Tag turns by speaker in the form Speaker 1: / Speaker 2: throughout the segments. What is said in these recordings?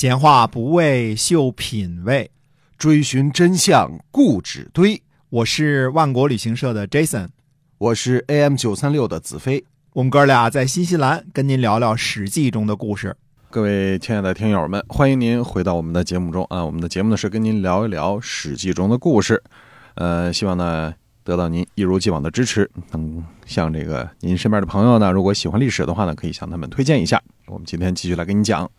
Speaker 1: 闲话不为秀品味，
Speaker 2: 追寻真相固执堆。
Speaker 1: 我是万国旅行社的 Jason，
Speaker 2: 我是 AM 九三六的子飞。
Speaker 1: 我们哥俩在新西兰跟您聊聊《史记》中的故事。
Speaker 2: 各位亲爱的听友们，欢迎您回到我们的节目中啊！我们的节目呢是跟您聊一聊《史记》中的故事，呃，希望呢得到您一如既往的支持，能向这个您身边的朋友呢，如果喜欢历史的话呢，可以向他们推荐一下。我们今天继续来跟你讲，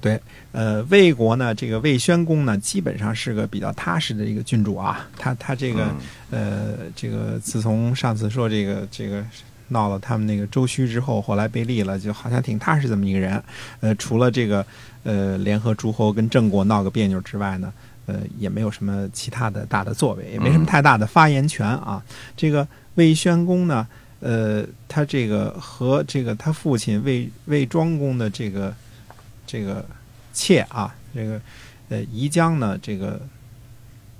Speaker 1: 对，呃，魏国呢，这个魏宣公呢，基本上是个比较踏实的一个君主啊。他他这个、呃，这个自从上次说这个这个闹了他们那个周须之后，后来被立了，就好像挺踏实这么一个人。呃，除了这个呃联合诸侯跟郑国闹个别扭之外呢，呃，也没有什么其他的大的作为，也没什么太大的发言权啊。这个魏宣公呢，呃，他这个和这个他父亲魏魏庄公的这个这个妾啊，这个呃宜姜呢，这个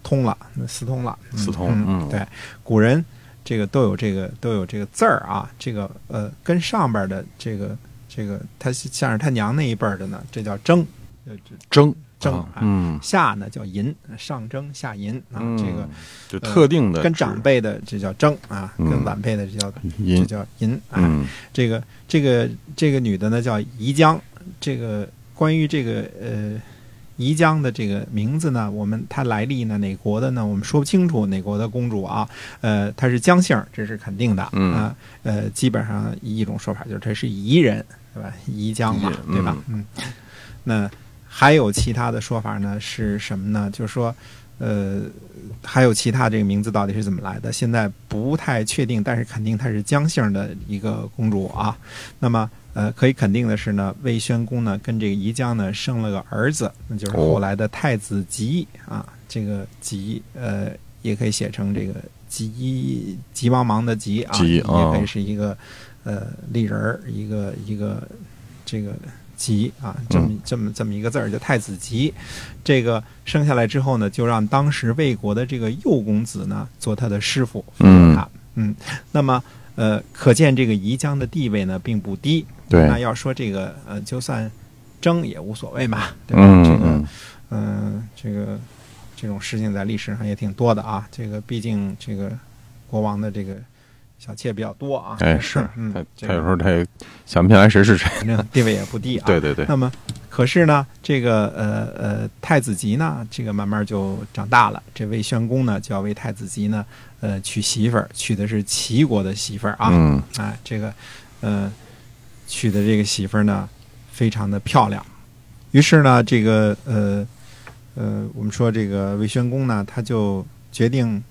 Speaker 1: 通了，那私通了，嗯
Speaker 2: 思彤，
Speaker 1: 嗯，对，古人这个都有这个都有这个字儿啊，这个呃跟上边的这个这个他像是他娘那一辈儿的呢，这叫征，呃这
Speaker 2: 争
Speaker 1: 争
Speaker 2: 啊嗯，
Speaker 1: 下呢叫银，上征下银啊，
Speaker 2: 嗯
Speaker 1: 这个
Speaker 2: 就特定的
Speaker 1: 跟
Speaker 2: 指
Speaker 1: 长辈的这叫征啊，
Speaker 2: 嗯
Speaker 1: 跟晚辈的这叫这
Speaker 2: 音，
Speaker 1: 叫银啊。
Speaker 2: 嗯
Speaker 1: 这个这个这个女的呢叫宜江，这个关于这个呃宜江的这个名字呢，我们它来历呢哪国的呢？我们说不清楚哪国的公主啊，呃，她是姜姓儿，这是肯定的，
Speaker 2: 嗯
Speaker 1: 啊呃，基本上一种说法就是她是宜人，对吧？宜江嘛
Speaker 2: 宜人，
Speaker 1: 对吧？嗯，那还有其他的说法呢是什么呢？就是说。呃，还有其他这个名字到底是怎么来的，现在不太确定，但是肯定她是姜姓的一个公主啊。那么，呃，可以肯定的是呢，魏宣公呢跟这个宜姜呢生了个儿子，那呃就是后来的太子吉啊。这个吉呃，也可以写成这个吉吉茫茫的吉啊，
Speaker 2: 吉啊
Speaker 1: 也可以是一个呃立人儿，一个一个这个吉啊，这
Speaker 2: 嗯
Speaker 1: 么这么这么一个字儿叫太子吉。这个生下来之后呢，就让当时魏国的这个幼公子呢做他的师傅辅
Speaker 2: 嗯
Speaker 1: 佐他。嗯，那么呃，可见这个宜姜的地位呢并不低。
Speaker 2: 对，
Speaker 1: 那要说这个呃，就算争也无所谓嘛，对吧？
Speaker 2: 嗯
Speaker 1: 这个
Speaker 2: 嗯
Speaker 1: 嗯，这个这种事情在历史上也挺多的啊。这个毕竟这个国王的这个小妾比较多啊，
Speaker 2: 哎是，
Speaker 1: 嗯
Speaker 2: 他，
Speaker 1: 这
Speaker 2: 他有时
Speaker 1: 个
Speaker 2: 候他也想不起来谁是谁，
Speaker 1: 反正地位也不低啊。
Speaker 2: 对对对，
Speaker 1: 那么，可是呢，这个呃呃太子吉呢，这个慢慢就长大了。这魏宣公呢，就要为太子吉呢，呃，娶媳妇儿，娶的是齐国的媳妇儿啊。
Speaker 2: 嗯
Speaker 1: 啊，这个，呃，娶的这个媳妇儿呢，非常的漂亮。于是呢，这个呃呃，我们说这个魏宣公呢，他就决定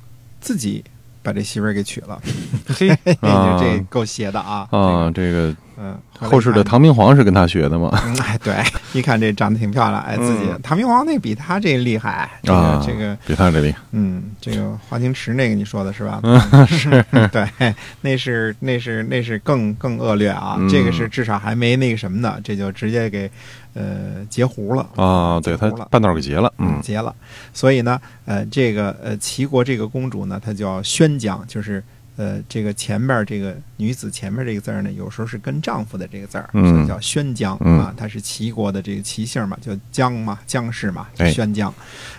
Speaker 1: 自己把这媳妇儿给娶了。 嘿，
Speaker 2: 啊
Speaker 1: 这够邪的啊！
Speaker 2: 啊，这
Speaker 1: 这
Speaker 2: 个
Speaker 1: 个，嗯、
Speaker 2: 后世的唐明皇是跟他学的嘛？
Speaker 1: 嗯， 哎，对，一看这长得挺漂亮，哎，自己、
Speaker 2: 嗯
Speaker 1: 唐明皇那比他这厉害，这个、
Speaker 2: 啊，
Speaker 1: 这个，
Speaker 2: 比他这厉害，
Speaker 1: 嗯，这个华清池那个你说的是吧？ 嗯、是， 对，那是那是那是更更恶劣啊，
Speaker 2: 嗯
Speaker 1: 这个是至少还没那个什么呢，这就直接给呃截胡了
Speaker 2: 啊，对他
Speaker 1: 截胡了
Speaker 2: 半道儿给截了，嗯
Speaker 1: 结了，所以呢，呃，这个呃，齐国这个公主呢，她叫宣姜，就是呃，这个前面这个女子前面这个字儿呢，有时候是跟丈夫的这个字儿，
Speaker 2: 嗯
Speaker 1: 所以叫宣姜
Speaker 2: 嗯
Speaker 1: 啊，她是齐国的这个齐姓嘛，叫姜嘛，姜氏嘛
Speaker 2: 哎，
Speaker 1: 宣姜，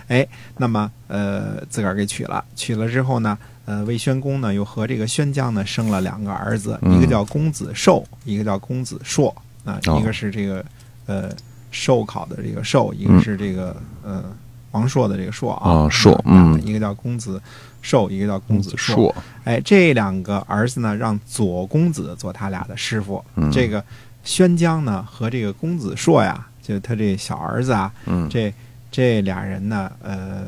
Speaker 1: 哎，那么呃，自个儿给娶了，娶了之后呢。呃，魏宣公呢，又和这个宣姜呢生了两个儿子，
Speaker 2: 嗯
Speaker 1: 一个叫公子寿，一个叫公子硕啊，
Speaker 2: 哦
Speaker 1: 一个是这个呃寿考的这个寿，一个
Speaker 2: 嗯
Speaker 1: 是这个呃王朔的这个朔
Speaker 2: 啊
Speaker 1: 啊，
Speaker 2: 朔
Speaker 1: 嗯，
Speaker 2: 嗯
Speaker 1: 一个叫公子寿，一个叫公子朔。
Speaker 2: 硕，
Speaker 1: 哎，这两个儿子呢，让左公子做他俩的师傅。
Speaker 2: 嗯
Speaker 1: 这个宣姜呢和这个公子朔呀，就他这小儿子啊，
Speaker 2: 嗯，
Speaker 1: 这这俩人呢，呃，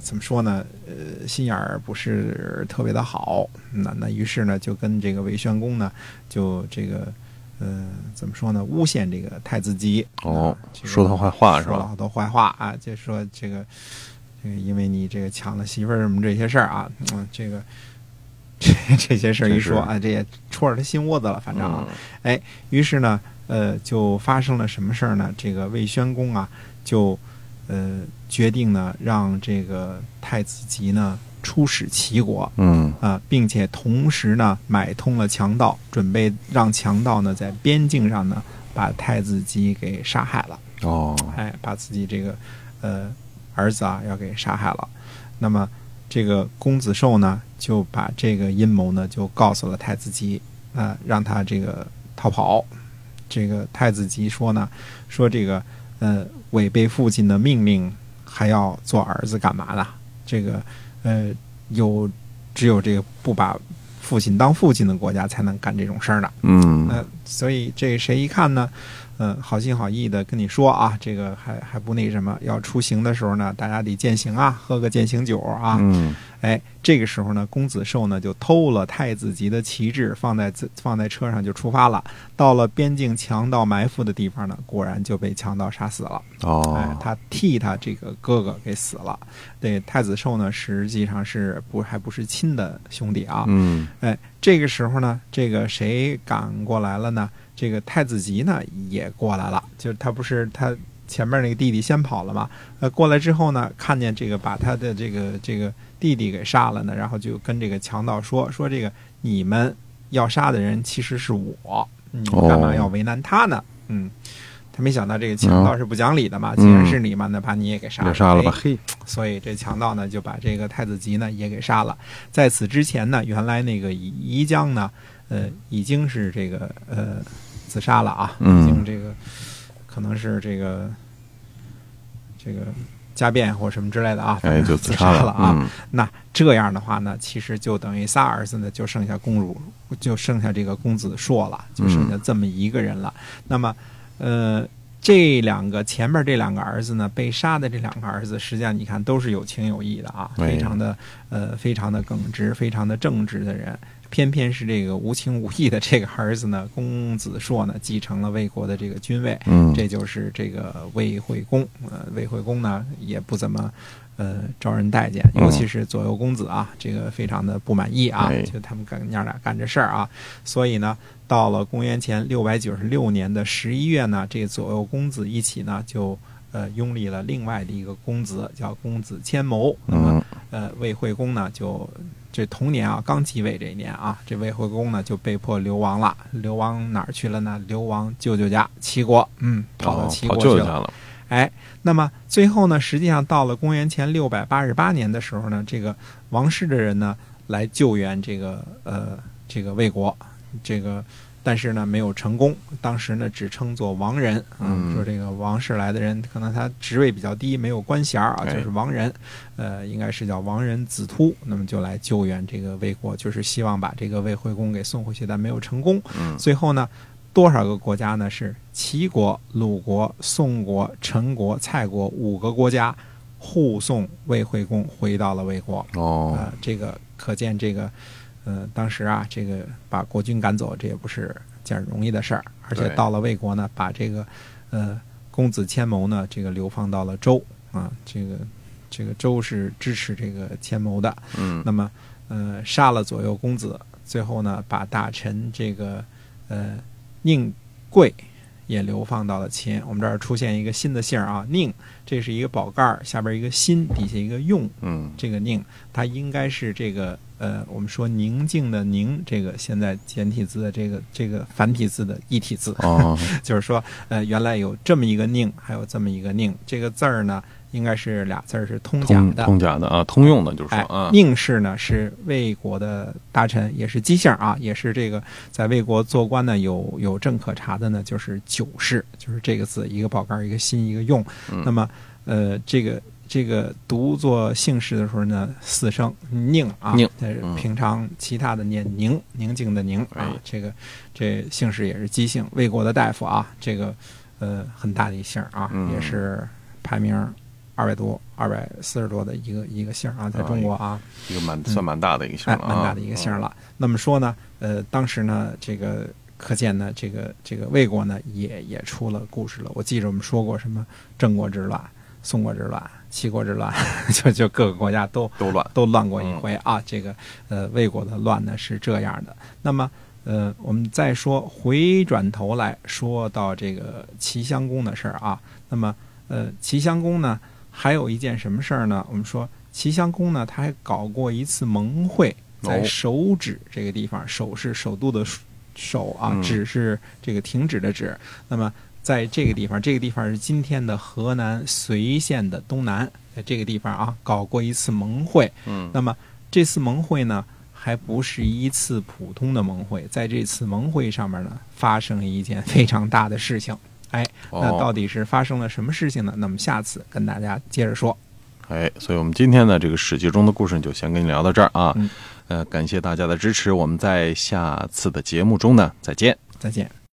Speaker 1: 怎么说呢？呃，心眼儿不是特别的好。那那于是呢，就跟这个魏宣公呢，就这个，呃，怎么说呢？诬陷这个太子姬。
Speaker 2: 哦
Speaker 1: 啊，这个
Speaker 2: 说他坏话是
Speaker 1: 说了
Speaker 2: 吧？嗯
Speaker 1: 好多坏话啊，就说这个，这个因为你这个抢了媳妇儿什么这些事儿啊，嗯，这个。 这这些事儿一说
Speaker 2: 真是
Speaker 1: 啊，这也戳着他心窝子了，反正啊，
Speaker 2: 嗯
Speaker 1: 于是呢，呃，就发生了什么事儿呢？这个魏宣公啊，就呃决定呢，让这个太子吉呢出使齐国
Speaker 2: 嗯
Speaker 1: 啊、并且同时呢买通了强盗，准备让强盗呢在边境上呢把太子吉给杀害了。
Speaker 2: 哦，
Speaker 1: 哎，把自己这个呃儿子啊要给杀害了。那么这个公子寿呢，就把这个阴谋呢就告诉了太子吉，啊、让他这个逃跑。这个太子吉说呢，说这个呃违背父亲的命令，还要做儿子干嘛呢？这个呃有只有这个不把父亲当父亲的国家才能干这种事儿呢。
Speaker 2: 嗯，
Speaker 1: 那所以这谁一看呢？嗯，好心好意的跟你说啊，这个还还不那什么，要出行的时候呢，大家得践行啊，喝个践行酒啊。
Speaker 2: 嗯，
Speaker 1: 哎，这个时候呢，公子寿呢就偷了太子级的旗帜，放在自放在车上就出发了。到了边境强盗埋伏的地方呢，果然就被强盗杀死了。哎
Speaker 2: 哦，，
Speaker 1: 他替他这个哥哥给死了。对，太子寿呢，实际上是不还不是亲的兄弟啊。
Speaker 2: 嗯，
Speaker 1: 哎，这个时候呢，这个谁赶过来了呢？这个太子吉呢也过来了，就是他不是他前面那个弟弟先跑了嘛？呃，过来之后呢，看见这个把他的这个这个弟弟给杀了呢，然后就跟这个强盗说说这个你们要杀的人其实是我，你们干嘛要为难他呢？嗯，他没想到这个强盗是不讲理的嘛，
Speaker 2: 嗯
Speaker 1: 既然是你嘛，那把你也给杀
Speaker 2: 也
Speaker 1: 了，
Speaker 2: 杀了吧，
Speaker 1: 哎
Speaker 2: 嘿，
Speaker 1: 所以这强盗呢就把这个太子吉呢也给杀了。在此之前呢，原来那个宜江呢，呃，已经是这个呃自杀了啊，
Speaker 2: 嗯
Speaker 1: 已经这个可能是这个这个家变或什么之类的啊，
Speaker 2: 哎，就
Speaker 1: 自
Speaker 2: 自杀
Speaker 1: 了啊。
Speaker 2: 嗯，
Speaker 1: 那这样的话呢，其实就等于仨儿子呢，就剩下公主，就剩下这个公子硕了，就剩下这么一个人了。那么，呃，这两个前面这两个儿子呢，被杀的这两个儿子，实际上你看都是有情有义的啊，
Speaker 2: 哎
Speaker 1: 非常的呃，非常的耿直，非常的正直的人。偏偏是这个无情无义的这个儿子呢，公子硕呢，继承了魏国的这个君位，
Speaker 2: 嗯，
Speaker 1: 这就是这个魏惠公。呃，魏惠公呢也不怎么呃招人待见，
Speaker 2: 嗯
Speaker 1: 尤其是左右公子啊，这个非常的不满意啊
Speaker 2: 哎，
Speaker 1: 就他们干娘俩干这事儿啊，所以呢，到了公元前六百九十六年的十一月呢，这左右公子一起呢就。呃，拥立了另外的一个公子，叫公子谦谋。那么，
Speaker 2: 嗯，
Speaker 1: 呃，魏惠公呢，就这同年啊，刚继位这一年啊，这魏惠公呢就被迫流亡了。流亡哪儿去了呢？流亡舅舅家齐国，嗯，跑到
Speaker 2: 哦
Speaker 1: 齐
Speaker 2: 跑
Speaker 1: 国去
Speaker 2: 舅舅
Speaker 1: 了。
Speaker 2: 家了，
Speaker 1: 哎，那么最后呢，实际上到了公元前六百八十八年的时候呢，这个王室的人呢来救援这个呃这个魏国，这个但是呢没有成功，当时呢只称作王人啊、
Speaker 2: 嗯
Speaker 1: 说这个王室来的人可能他职位比较低，没有官衔儿啊，
Speaker 2: 哎
Speaker 1: 就是王人，呃，应该是叫王人子突，那么就来救援这个魏国，就是希望把这个魏惠公给送回去，但没有成功。
Speaker 2: 嗯，
Speaker 1: 最后呢，多少个国家呢？是齐国、鲁国、宋国、陈国、蔡国五个国家护送魏惠公回到了魏国。
Speaker 2: 哦，
Speaker 1: 啊、这个可见这个，呃，当时啊，这个把国军赶走，这也不是件容易的事儿。而且
Speaker 2: 对
Speaker 1: 到了魏国呢，把这个，呃，公子谦谋呢，这个流放到了周啊，这个这个周是支持这个谦谋的。
Speaker 2: 嗯，
Speaker 1: 那么呃杀了左右公子，最后呢把大臣这个呃宁贵也流放到了秦。我们这儿出现一个新的姓儿啊，宁，这是一个宝盖儿，下边一个心，底下一个用，
Speaker 2: 嗯，
Speaker 1: 这个宁，它应该是这个呃，我们说宁静的宁，这个现在简体字的这个这个繁体字的异体字，
Speaker 2: 哦，
Speaker 1: 就是说呃，原来有这么一个宁，还有这么一个宁，这个字儿呢，应该是俩字儿是通假
Speaker 2: 通
Speaker 1: 的，
Speaker 2: 通假的啊，通用的就是说
Speaker 1: 哎
Speaker 2: 啊，，
Speaker 1: 宁氏呢是魏国的大臣，也是姬姓啊，也是这个在魏国做官呢有有证可查的呢，就是九氏，就是这个字，一个宝盖儿，一个心，一个用。
Speaker 2: 嗯
Speaker 1: 那么呃，这个这个读作姓氏的时候呢，四声宁啊，
Speaker 2: 宁
Speaker 1: 但是
Speaker 2: 嗯
Speaker 1: 平常其他的念宁，宁静的宁
Speaker 2: 哎
Speaker 1: 啊，这个这姓氏也是姬姓，魏国的大夫啊，这个呃很大的一姓啊，
Speaker 2: 嗯
Speaker 1: 也是排名二百多、二百四十多的一个一个姓啊，在中国啊，
Speaker 2: 一个蛮算蛮大的哦一个姓
Speaker 1: 哎，
Speaker 2: 了啊，
Speaker 1: 蛮大的一个姓
Speaker 2: 嗯，
Speaker 1: 了。那么说呢，呃，当时呢，这个可见呢，这个这个魏国呢，也也出了故事了。我记着我们说过什么郑国之乱、宋国之乱、齐国之乱， 就就各个国家都
Speaker 2: 都乱，
Speaker 1: 都乱过一回啊。这个呃，魏国的乱呢是这样的。那么呃，我们再说回转头来说到这个齐襄公的事儿啊。那么呃，齐襄公呢还有一件什么事儿呢？我们说齐襄公呢，他还搞过一次盟会，在
Speaker 2: 哦
Speaker 1: 手指这个地方，手是首都的手啊
Speaker 2: 嗯，
Speaker 1: 指是这个停止的指。那么在这个地方，这个地方是今天的河南随县的东南，在这个地方啊搞过一次盟会。
Speaker 2: 嗯
Speaker 1: 那么这次盟会呢，还不是一次普通的盟会，在这次盟会上面呢，发生了一件非常大的事情。哎，那
Speaker 2: 哦
Speaker 1: 到底是发生了什么事情呢？那么下次跟大家接着说。
Speaker 2: 哎，所以我们今天呢，这个《史记》中的故事就先跟你聊到这儿啊。
Speaker 1: 嗯
Speaker 2: 呃，感谢大家的支持，我们在下次的节目中呢再见。
Speaker 1: 再见。